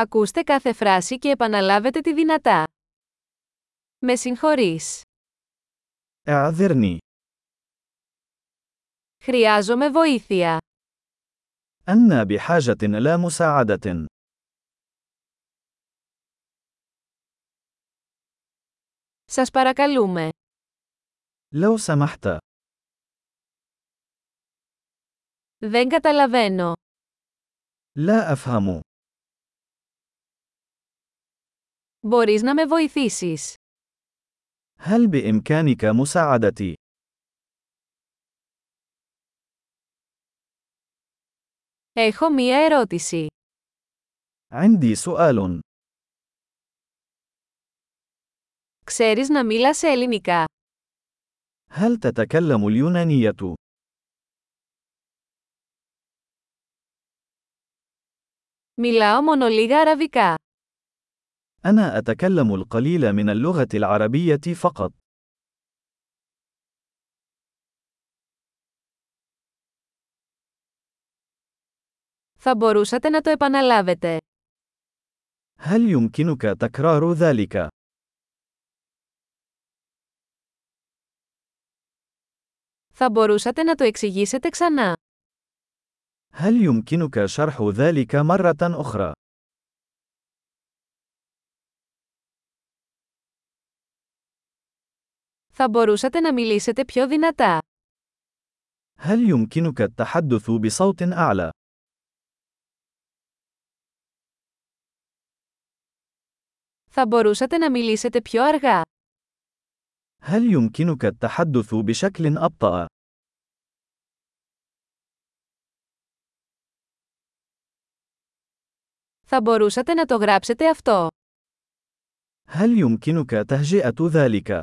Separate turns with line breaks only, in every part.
Ακούστε κάθε φράση και επαναλάβετε τη δυνατά. Με συγχωρείς.
اعذرني
Χρειάζομαι βοήθεια.
أنا بحاجة إلى مساعدة.
Σας παρακαλούμε.
لو سمحت،
Δεν καταλαβαίνω.
لا أفهم.
Μπορείς να με βοηθήσεις.
هل بإمكانك مساعدتي؟
Έχω μία ερώτηση.
عندي سؤال.
Ξέρεις να μίλας ελληνικά.
هل تتكلم اليونانية؟
Μιλάω μόνο λίγα αραβικά.
أنا أتكلم القليل من اللغة العربية فقط.
Θα μπορούσατε να το επαναλάβετε.
هل يمكنك تكرار ذلك؟
Θα μπορούσατε να το εξηγήσετε ξανά.
هل يمكنك شرح ذلك مرة أخرى؟
Θα μπορούσατε να μιλήσετε πιο δυνατά.
هل يمكنك التحدث بصوت أعلى؟
Θα μπορούσατε να μιλήσετε πιο αργά.
هل يمكنك التحدث بشكل أبطأ؟
Θα μπορούσατε να το γράψετε αυτό.
هل يمكنك تهجئة ذلك؟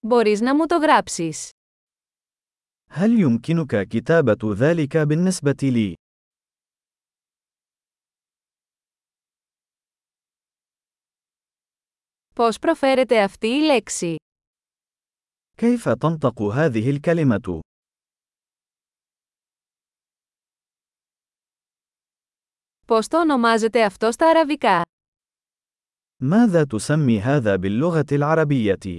Μπορείς να μου το γράψεις.
هل يمكنك كتابة ذلك بالنسبة لي؟
Πώς προφέρεται αυτή η λέξη.
كيف تنطق هذه الكلمة؟
Πώς το ονομάζετε αυτό στα αραβικά.
ماذا تسمي هذا باللغة العربية؟